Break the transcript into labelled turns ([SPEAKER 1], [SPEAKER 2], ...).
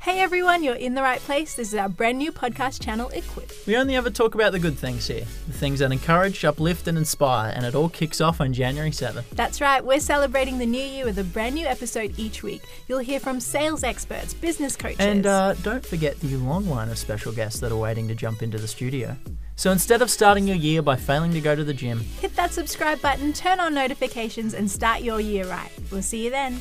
[SPEAKER 1] Hey everyone, you're in the right place. This is our brand new podcast channel, Equip.
[SPEAKER 2] We only ever talk about the good things here, the things that encourage, uplift, and inspire, and it all kicks off on January 7th.
[SPEAKER 1] That's right, we're celebrating the new year with a brand new episode each week. You'll hear from sales experts, business coaches.
[SPEAKER 2] And uh, don't forget the long line of special guests that are waiting to jump into the studio. So instead of starting your year by failing to go to the gym,
[SPEAKER 1] hit that subscribe button, turn on notifications, and start your year right. We'll see you then.